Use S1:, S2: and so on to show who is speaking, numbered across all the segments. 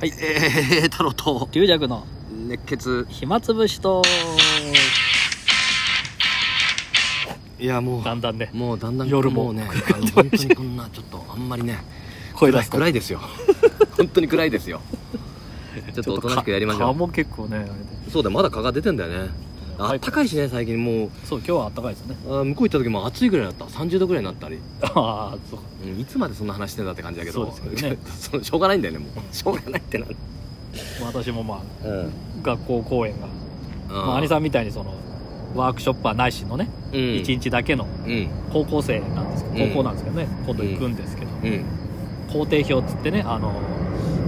S1: はい
S2: えー、 太郎と
S1: 龍尺の
S2: 熱血
S1: 暇つぶしと
S2: いやも
S1: だんだんね
S2: うもうだんだん
S1: 夜も
S2: う ねあの本当にこんなちょっとあんまりね
S1: 声出すと
S2: 暗い暗いですよ 本当に暗いですよちょっとおとなしくやりましょ
S1: 蚊も結構ねあれで
S2: うそうだまだ蚊が出てんだよねあ
S1: はい
S2: ったかいしね最近も
S1: そう今日は暖かいですね
S2: うあ向こう行った時も暑いぐらいだった30度ぐらいになったり、
S1: ああそうか
S2: うんいつまでそんな話してんだって感じだけど
S1: そうですよね
S2: そのしょうがないんだよねもう しょうがないってなる
S1: 私もまあ
S2: うん
S1: 学校公演がまあ
S2: あ
S1: 兄さんみたいにそのワークショッパーないしのね
S2: うん
S1: 一、日だけの
S2: うん
S1: 高校生なんですけど
S2: うん
S1: 高校なんですけどね、今度行くんですけど、
S2: うん
S1: 工程表っつってねあの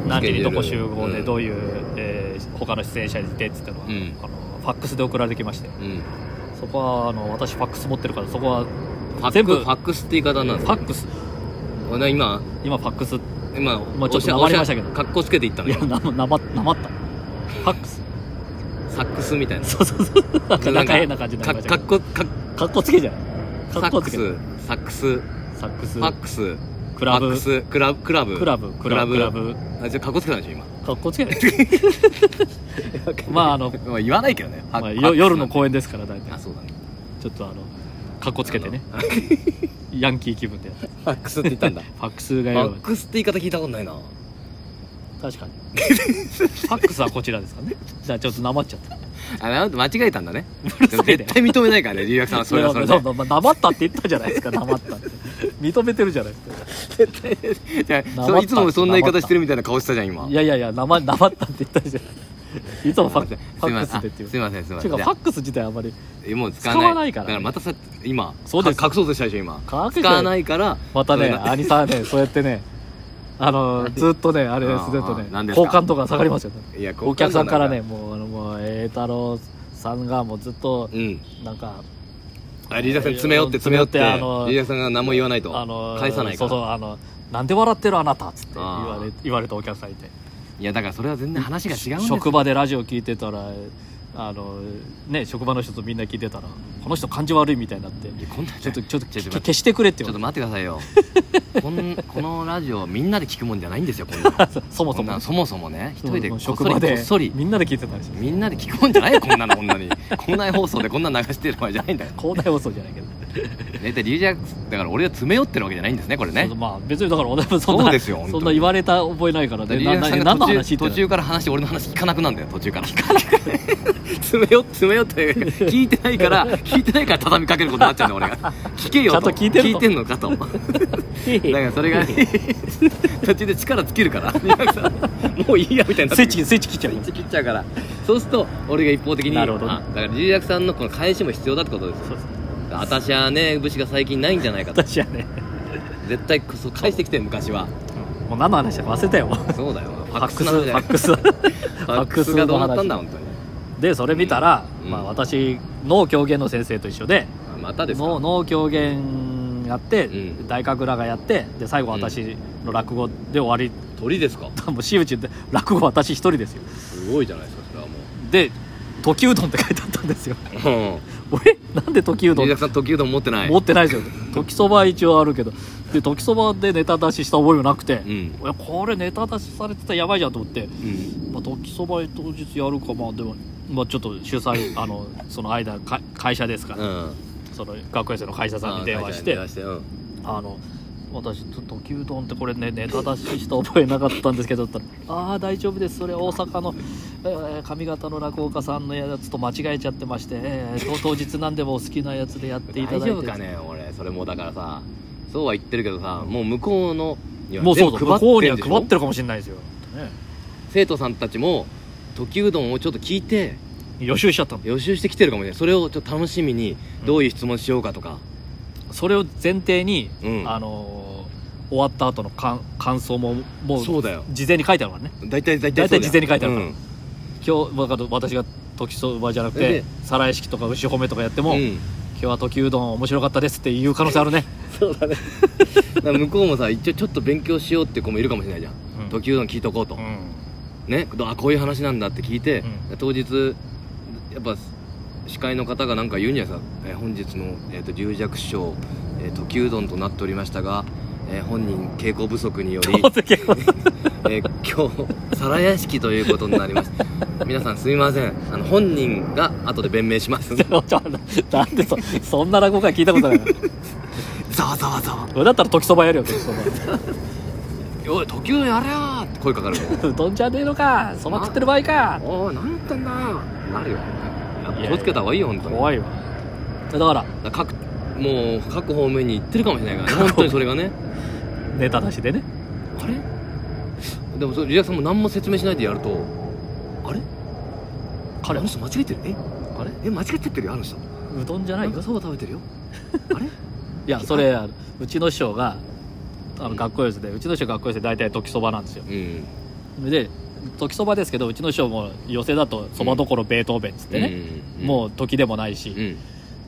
S1: 何時にどこ集合
S2: う
S1: で
S2: ん
S1: どういう、えー他の出演者にてっつってのが、
S2: うん
S1: あのファックスで送られてきまして
S2: うん
S1: そこはあの私ファックス持ってるからそこは
S2: ファッ
S1: 全
S2: クフ
S1: 部
S2: ァックスって言い方なん
S1: フ
S2: です
S1: ァックス
S2: これ今
S1: 今ファックス
S2: 今
S1: まあちょっとなまりましたけど
S2: 格好つけていったの
S1: い
S2: よ
S1: やななまなまったファックス
S2: サックスみたいな
S1: そうそうそうなんかなんか変な感じにな
S2: か
S1: りました
S2: か
S1: け
S2: っ
S1: ど
S2: こか
S1: かっこつけじゃない
S2: サ
S1: かっこ
S2: ッ
S1: つ
S2: ク
S1: け
S2: スサックスフ
S1: サックス
S2: ァックス
S1: ク
S2: ファ
S1: ラ
S2: ッ
S1: ブ
S2: クスクラブクラブ
S1: クラブクラブ
S2: クラ
S1: クラ
S2: ブ
S1: ブ
S2: あじゃあかっこつけたんでしょ今
S1: かっこつけない まああの、
S2: まあ言わないけどね、
S1: まあ、
S2: ファ
S1: よ夜の
S2: ファック
S1: 公演ですから大
S2: スなんてあ
S1: 体
S2: そうだね
S1: ちょっとあのかっこつけてねヤンキー気分でやって
S2: ファックスって言った んだフ
S1: ファックスが
S2: ァ
S1: よ
S2: ックスって言い方聞いたことないな
S1: 確かにファックスはこちらですかねじゃあちょっとなまっちゃった
S2: あなん間違えたんだね
S1: うる
S2: で
S1: せ
S2: も
S1: えね
S2: 絶対認めないからね龍役さんはそれはそれ
S1: そう
S2: で
S1: そうまあなまったって言ったじゃないですかなまったって認めてるじゃないですか
S2: じゃあそ
S1: 黙った
S2: ういつもそんな言い方してるみたいな顔してたじゃん今
S1: いやいやいや、なま、なまったって言ったじゃん。いつもファッ
S2: す
S1: ク
S2: い
S1: ファッ
S2: ま
S1: ク
S2: せんあ
S1: スでっていう。
S2: すいませんすいませ
S1: て
S2: ん
S1: いうか、
S2: じゃ
S1: フ
S2: あ
S1: ァックス自体あんまり、
S2: えもう使わ
S1: 使
S2: ない
S1: わないからね
S2: だからまたさ今
S1: そうです
S2: か隠そうとしたでしょ今
S1: 隠して
S2: 使わないから
S1: またね、
S2: それが
S1: 兄さん はね、そうやってね、あの、ずっとね、あれです、ずっと
S2: あーなんで
S1: ね、
S2: すか
S1: 好感度が下がりますよね。
S2: いや
S1: お客さんからね、もう、あの、もう、栄太郎さんがもうずっと
S2: う、ん
S1: なんか、
S2: あリーダーさん詰め寄って詰め寄って
S1: 詰め寄ってあの
S2: リーダーさんが何も言わないと
S1: あの、
S2: 返さないか
S1: そうそう、
S2: ら
S1: あの、なんで笑ってるあなたっつって言
S2: あー
S1: われ、言われたお客さんいて。
S2: いやだからそれは全然話が違うんですよ
S1: 職場でラジオ聞いてたらあのね職場の人とみんな聞いてたらこの人感じ悪いみたいになって
S2: いやこんな
S1: ちょっとちょっ
S2: ちょ
S1: と
S2: っと待って
S1: け消してくれっ
S2: ち
S1: て
S2: ょっ
S1: 言
S2: と
S1: わ
S2: 待ってください よこんこのラジオみんなで聞くもんじゃないんですよこんな
S1: れたそ も
S2: こ
S1: そ
S2: ん
S1: も
S2: なそもそもね一人でこっそり
S1: 職場
S2: こ
S1: で
S2: っそり
S1: みんなで聞いてたでしょ
S2: みんなで聞くもんじゃないよこんなのこんなに校内放送でこんな流してる場合じゃないんだよ
S1: 交代放送じゃないけど
S2: 大体リーダーだから俺が詰め寄ってるわけじゃないんですねこれね
S1: そうまあ別にだから俺もそんな
S2: そうですよ本当に
S1: そんな言われた覚えないからね
S2: リー
S1: な
S2: ダーさ
S1: なん
S2: が
S1: 何の
S2: 途
S1: 話
S2: 中
S1: って
S2: 途中から話俺の話聞かなくなんだよ途中から聞かなく詰めよ詰めよって聞いてないから聞いてないから畳みかけることになっちゃうんだよ俺が聞けよと
S1: ちゃんと聞いてるの
S2: んのかとだからそれが途中で力尽きるからリーダーさんもういいやみたいにな
S1: スイ
S2: っ
S1: ッ
S2: て
S1: チスイッチ切っちゃう
S2: 切っちゃうからそうすると俺が一方的に
S1: なるほどね
S2: あだからリーダーさんのこの返しも必要だってことですよ
S1: そうです
S2: 私はね武士が最近ないんじゃないかと
S1: 私はね
S2: 絶対こそ返してきて昔は
S1: もう何の話だか忘れたよもうフ
S2: そうだよファッ
S1: ァッ
S2: ク
S1: ク
S2: ス
S1: ス
S2: なん
S1: フ
S2: じゃな
S1: ァ
S2: い
S1: ックス
S2: ファックスがどうなったんだ本当に
S1: でそれ見たら、
S2: うん
S1: まあ、私農狂言の先生と一緒で
S2: あまたですか
S1: の農狂言やって、
S2: うん
S1: 大神楽がやってで最後私の落語で終わり、
S2: 鳥ですか
S1: もう私有地で落語私一人ですよ
S2: すごいじゃないですかそれは
S1: で「時うどん」って書いてあったんですよ
S2: もう
S1: 俺なんで時うど
S2: 龍
S1: ん
S2: 角さん時うどん持ってない
S1: 持ってないですよ時そばは一応あるけどで時そばでネタ出しした覚えもなくて、
S2: うん
S1: いやこれネタ出しされてたらやばいじゃんと思って、
S2: うん
S1: まあ、時そば当日やるかまあでも、まあ、ちょっと主催あのその間か会社ですから、
S2: うん
S1: その学園生の会社さんに電話して
S2: 電話してうん
S1: あの私ちょっと牛丼ってこれねネタ出しした覚えなかったんですけどって言ったら「ああー大丈夫ですそれ大阪の、えー上方の落語家さんのやつと間違えちゃってまして、えーと当日何でもお好きなやつでやっていた
S2: 大
S1: だいて」
S2: 丈夫かね俺それもうだからさそうは言ってるけどさもう向こうのには
S1: もうそう
S2: 全
S1: そう
S2: 部
S1: 向こうに
S2: 配ってん
S1: は
S2: でしょ
S1: 配ってるかもしれないですよ、
S2: 生徒さんたちも時うどんをちょっと聞いて
S1: ね、予習しちゃったの
S2: 予習してきてるかもしれないそれをちょっと楽しみにどういう質問しようかとか
S1: それを前提に、
S2: うん
S1: あのー終わった後の感感想ももう
S2: そうだよ
S1: 事前に書いてあるからね
S2: 大体大体そうだよ
S1: 大体事前に書いてあるから
S2: うん
S1: 今日だから私が時そばじゃなくて
S2: で
S1: 皿屋敷とか牛褒めとかやっても、
S2: うん
S1: 今日は時うどん面白かったですっていう可能性あるね
S2: そうだね向こうもさ一応ちょっと勉強しようって子もいるかもしれないじゃん
S1: うん
S2: 時うどん聞いとこうと、
S1: うん
S2: ねどあこういう話なんだって聞いて、
S1: う
S2: 当日やっぱ司会の方がなんか言うんじゃないですか、えー本日の、えー、と龍尺師匠、えー、時うどんとなっておりましたが、えー本人稽古不足により
S1: どうせ結構
S2: えー今日皿屋敷ということになります皆さんすみませんあの本人が後で弁明します
S1: でもちょっとなんでそそんな落語会聞いたことないの
S2: ざわざわざわ
S1: だったら時そばやるよ時そば
S2: おい時計やれよーって声かかるもん
S1: うどんじゃねえのかそば食ってる場合か
S2: おい何言ってんだよなるよやっぱ
S1: いや
S2: 気をつけた方がいいよ本当に
S1: 怖いわだから
S2: だから各もう各方面に行ってるかもしれないからね本当にそれがね
S1: ネタ出しでね
S2: あれでもそれリアクさんも何も説明しないでやるとあれ
S1: 彼
S2: あの
S1: は
S2: 人間違えてるえあれえ間違っちゃってるよあの人
S1: うどんじゃな
S2: ないん
S1: よ
S2: かそば食べて るよあれ
S1: いやそれあのうちの師匠があの学校寄せでうちの師匠学校寄せで大体時そばなんですよ
S2: うん
S1: で時そばですけどうちの師匠も寄せだとそばどころベートーベンっつってね、もう時でもないし、
S2: うんうん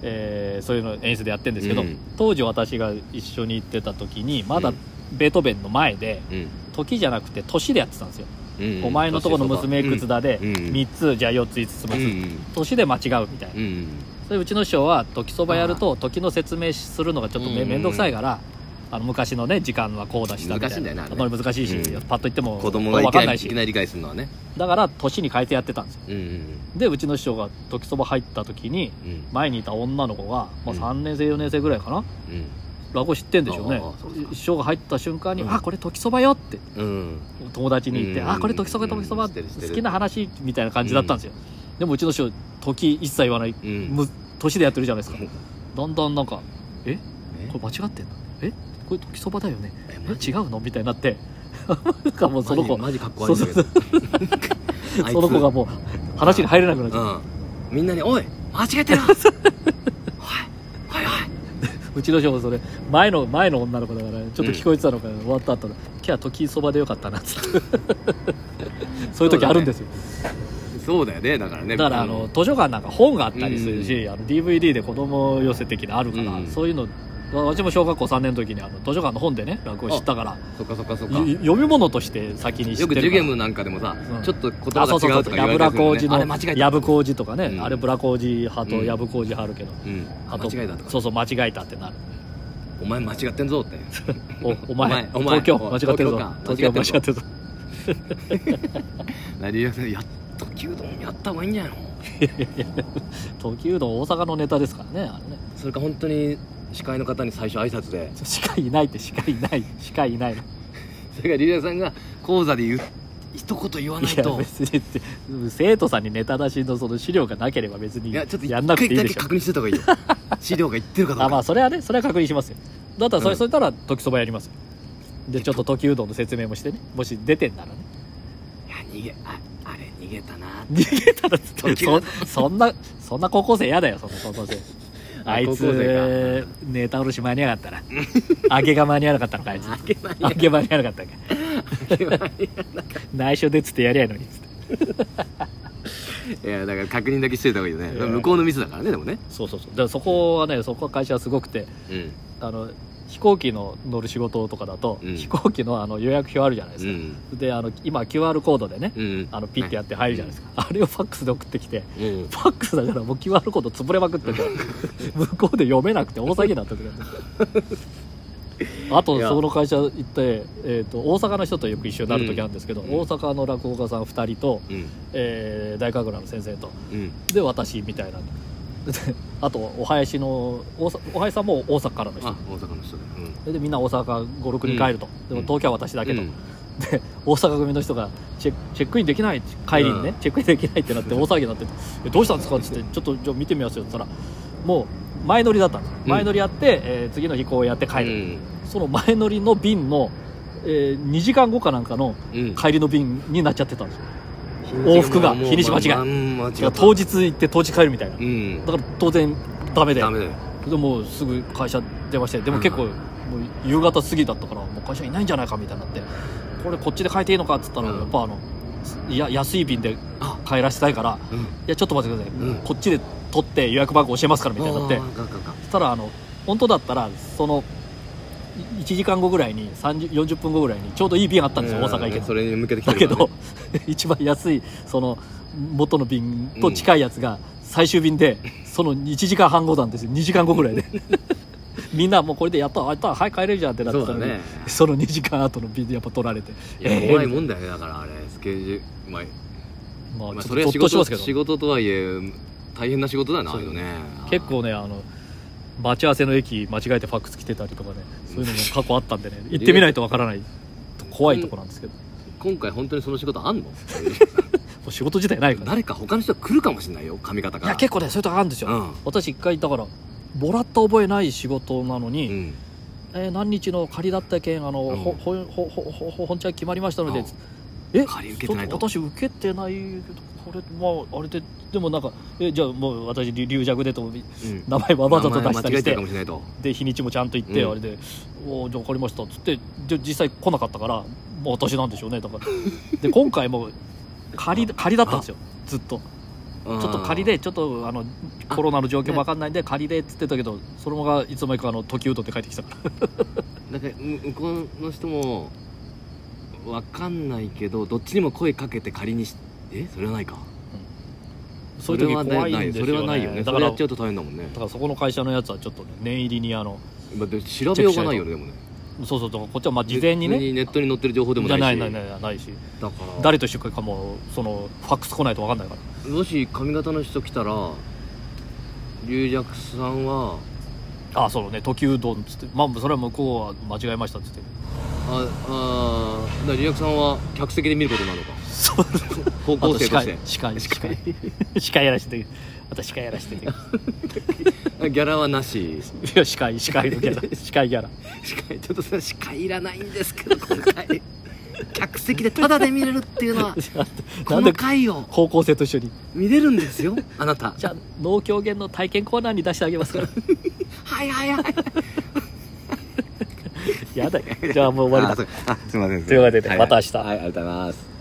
S1: えーそういうの演出でやってるんですけど、
S2: うん
S1: 当時私が一緒に行ってた時にま
S2: う
S1: だ
S2: ん
S1: ベートーベンの前で
S2: うん
S1: 時じゃなくて年でやってたんですよ、
S2: うん
S1: お前のとこの娘いくつだで
S2: うん
S1: 3つじゃあ4つ5つ
S2: う
S1: 6
S2: ん
S1: つ、年で間違うみたいな、
S2: うんうん
S1: それうちの師匠は時そばやると時の説明するのがちょっとめ
S2: うん
S1: 面倒くさいから、あの昔のね時間はこうだしたみたいな
S2: 難しいんだよねあれね
S1: まあ難しいし、
S2: うん
S1: パッと言っても
S2: 子供が
S1: 分
S2: い
S1: か
S2: きな
S1: ん
S2: り
S1: ない
S2: い
S1: し
S2: きなり理解するのはね
S1: だから年に変えてやってたんですよ
S2: うん
S1: でうちの師匠が時そば入った時に
S2: うんうん
S1: 前にいた女の子が、ま
S2: う
S1: あ、
S2: ん
S1: 3年生4年生ぐらいかな、
S2: うん
S1: 落語知ってんでしょうね
S2: ああそうそう
S1: 師匠が入った瞬間に「
S2: うん
S1: あこれ時そばよ」って
S2: うん
S1: 友達に言って「
S2: うん
S1: あこれ時そば時そば」
S2: 知ってる知ってる
S1: 好きな話みたいな感じだったんですよ、でもうちの師匠時一切言わない、
S2: うん
S1: む年でやってるじゃないですかだんだんなんか「え
S2: え
S1: これ間違ってんのえこれ時そばだよね
S2: え
S1: え
S2: マジ
S1: 違うの?」みたいになってなんかもうその子
S2: マジマジかっこ悪いんだけど あいつ
S1: その子がもう話に入れなくなっちゃう、
S2: うんみんなに「おい間違えてるおいおい おいう
S1: ちの師匠もそれ前の前の女の子だからちょっと聞こえてたのか、終わった後の「今日は時そばでよかったな」っつってそういう時あるんですよ
S2: そうだよねだからね
S1: だからあの図書館なんか本があったりするし、
S2: う
S1: あの DVD で子供寄せ的なあるから、
S2: うん
S1: そういうの私も小学校3年の時にあの図書館の本でね落語知ったから
S2: そっかそっかそっか
S1: よ読み物として先に知
S2: よ
S1: っ
S2: く
S1: てるから
S2: ジュゲムなんかでもさ、
S1: うん
S2: ちょっと言葉
S1: あそうそう
S2: が違
S1: そう
S2: とか
S1: うそうや
S2: 言わ
S1: ぶ
S2: れた
S1: ら
S2: りするよね
S1: こうじ
S2: あ
S1: の
S2: れ間違えた
S1: やぶこうじとかね、
S2: うん
S1: あれぶらこうじ派と
S2: うん
S1: やぶこうじ派あるけど、
S2: うん
S1: あと
S2: 間違えたとか
S1: そうそう間違えたってなる
S2: お前間違ってんぞって
S1: おお
S2: お
S1: 前
S2: 前お前
S1: 東京
S2: お
S1: 間違ってるぞ
S2: 東
S1: 東
S2: 京
S1: 京
S2: か
S1: 間違ってるぞ
S2: なりやすいやっと牛丼やった方がいいんじゃないの
S1: 東急うどん大阪のネタですからねあれね
S2: それか本当に司会の方に最初挨拶で
S1: しかいないってしかいないしかいない
S2: それからリリアさんが講座で言う一言言わない
S1: いや
S2: と
S1: 別に生徒さんにネタ出しのその資料がなければ別
S2: い
S1: に
S2: やちょっと一
S1: やんなくていい
S2: 回
S1: で
S2: だけ
S1: しょ
S2: 確認してた方がいいよ 資料が言ってるかど
S1: あ
S2: う
S1: まあ
S2: か
S1: それはねそれは確認しますよだったらそれ、
S2: うん
S1: それたら時そばやりますよでちょっと時うどんの説明もしてねもし出てんなら ね
S2: いや逃げああれ逃げたな
S1: 逃げたらつって
S2: 時うどん
S1: そそんなそんな高校生嫌だよそんな高校生あい
S2: 高校生
S1: つネタおろし間に合わなかったな揚げが間に合わなかったのかあいつ
S2: あげない
S1: 揚げ間に合わなかったのか
S2: あげない
S1: 内緒でっつってやりゃいいのにっつって
S2: いやだから確認だけしてた方がいいよね
S1: いや
S2: 向こうのミスだからねでもね
S1: そうそうそうだからそこはねそこは会社はすごくて
S2: うん
S1: あの飛行機の乗る仕事とかだと、
S2: うん
S1: 飛行機のあの予約表あるじゃないで
S2: う
S1: すか、
S2: ん
S1: であの今 QR コードでね、
S2: うん
S1: あのピッてやって入るじゃないですか、あれをファックスで送ってきて
S2: うん
S1: ファックスだからもう QR コード潰れまくっ てて向こうで読めなくて大騒ぎになった時だったあと
S2: いや
S1: その会社行って、えー、と大阪の人とよく一緒になる時あるんですけど、
S2: うん
S1: 大阪の落語家さん2人と、
S2: うん
S1: えー大神楽の先生と
S2: うん
S1: で私みたいなであとお囃子の大阪お囃子さんも大阪からの人
S2: あ大阪の人だうん
S1: ででみんな大阪56人帰ると、でも東京は私だけと、
S2: うん
S1: で大阪組の人がチェチェックインできない帰りにね、
S2: うん
S1: チェックインできないってなって大騒ぎになっててえどうしたんですかって 言ってちょっとじゃあ見てみますよって言ったらもう前乗りだったんですよ
S2: うん
S1: 前乗りやって、えー次の飛行をやって帰る、
S2: うん
S1: その前乗りの便の、え2時間後かなんかの
S2: うん
S1: 帰りの便になっちゃってたんですよ往復が日にち間違え
S2: うん間違え
S1: だ
S2: た
S1: から当日行って当日帰るみたいな、
S2: う
S1: だ
S2: ん
S1: から当然ダメで
S2: ダメだよ
S1: でもうすぐ会社出ましてでも結構
S2: う
S1: もう夕方過ぎだったからもう会社いないんじゃないかみたいになってこれこっちで変えていいのかっつったら
S2: うん
S1: やっぱあのいや安い便で
S2: あ
S1: 帰らせたいから
S2: うん
S1: いやちょっと待ってください、
S2: うん
S1: こっちで取って予約番号教えますからみたいになって
S2: あーガガガ
S1: そしたらあの本当だったらそのい1時間後ぐらいに30 40分後ぐらいにちょうどいい便あったんですよ大阪行け
S2: そ
S1: ど
S2: れに向けてきて
S1: だけ
S2: るから
S1: ど
S2: ね
S1: 一番安いその元の便と近いやつが最終便でその1時間半後なんですよ2時間後ぐらいで みんなもうこれでやったあったはい帰れるじゃんってなってたのに
S2: そうだね
S1: その2時間後のビデオやっぱ撮られて
S2: いや
S1: えー
S2: 怖いもんだよねだからあれスケジュールまあ
S1: ま
S2: ま
S1: あ
S2: あ
S1: ち
S2: そ
S1: ょっ
S2: れ
S1: と
S2: は仕
S1: ゾッとします
S2: 事
S1: けど
S2: 仕事とはいえ大変な仕事だよなあ
S1: そ
S2: あ
S1: う
S2: いうのね
S1: 結構ねあの待ち合わせの駅間違えてファックス来てたりとかねそういうのも過去あったんでね行ってみないとわからない怖いとこなんですけども
S2: 今回本当にその仕事あんの
S1: う仕事自体ないからね
S2: 誰か他の人が来るかもしれないよ髪型
S1: い
S2: が
S1: や結構ねそういうとこあるんですよ、
S2: うん
S1: 私一回だからもらった覚えない仕事なのに、
S2: うん
S1: えー何日の仮だったけんあの、
S2: うん
S1: ほほほほほほ本ちゃん決まりましたので、
S2: うん
S1: え
S2: 仮受けてないと
S1: ちょっ私受けてないけどこれまああれででもなんかえじゃあもう私り流弱でと
S2: うん
S1: 名前わざと出したり
S2: 名前間違
S1: し
S2: えて
S1: て
S2: るかもしれないと
S1: で日にちもちゃんと言って、
S2: うん
S1: あれで「おーじゃあ分かりました」っつってで実際来なかったからもう私なんでしょうねだからで今回も仮仮だったんですよずっと
S2: ち
S1: ちょっと仮でちょっとあのコロナの状況も分かんないんで仮でっつってたけどそのままいつの間にかあの時うどって帰ってきたから
S2: なんかむ向こうの人もわかんないけどどっちにも声かけて仮にしえそれはないか
S1: そういう時
S2: それは
S1: 怖いんですよ、ね、
S2: それはないよね
S1: だ
S2: そ
S1: か
S2: れ
S1: ら
S2: やっちゃうと大変だもんね
S1: だからそこの会社のやつはちょっとね念入りにあの
S2: まあで調べようがないよねでもね
S1: そうそうそうこっちはまあ事前にね
S2: ネットに載ってる情報でも
S1: じ
S2: な
S1: ゃ
S2: いし
S1: ないないないないし
S2: だから
S1: 誰と一緒かもそのファックス来ないと分かんないから
S2: もし髪型の人来たら龍尺さんは
S1: あそうね時うどんっつってまあそれは向こうは間違えましたっつって
S2: ああーだから龍尺さんは客席で見ることになるのか
S1: そう
S2: 高校
S1: あと
S2: 生と
S1: 司
S2: し
S1: 会司会司会司会や らせてあと司会やらせて い
S2: てギャラはなし
S1: や司会司会のギャ ラ司会ギャラ
S2: 司会ちょっとそれ司会いらないんですけど今 回客席でタダで見れるっていうのは
S1: な
S2: こ
S1: んで
S2: の回を
S1: 高校生と一緒に
S2: 見れるんですよあなた
S1: じゃあ農狂言の体験コーナーに出してあげますから
S2: はいはいはい
S1: やだよじゃあもう終わりだ
S2: あそうあすいません
S1: というわけでまた明日
S2: はいありがとうございます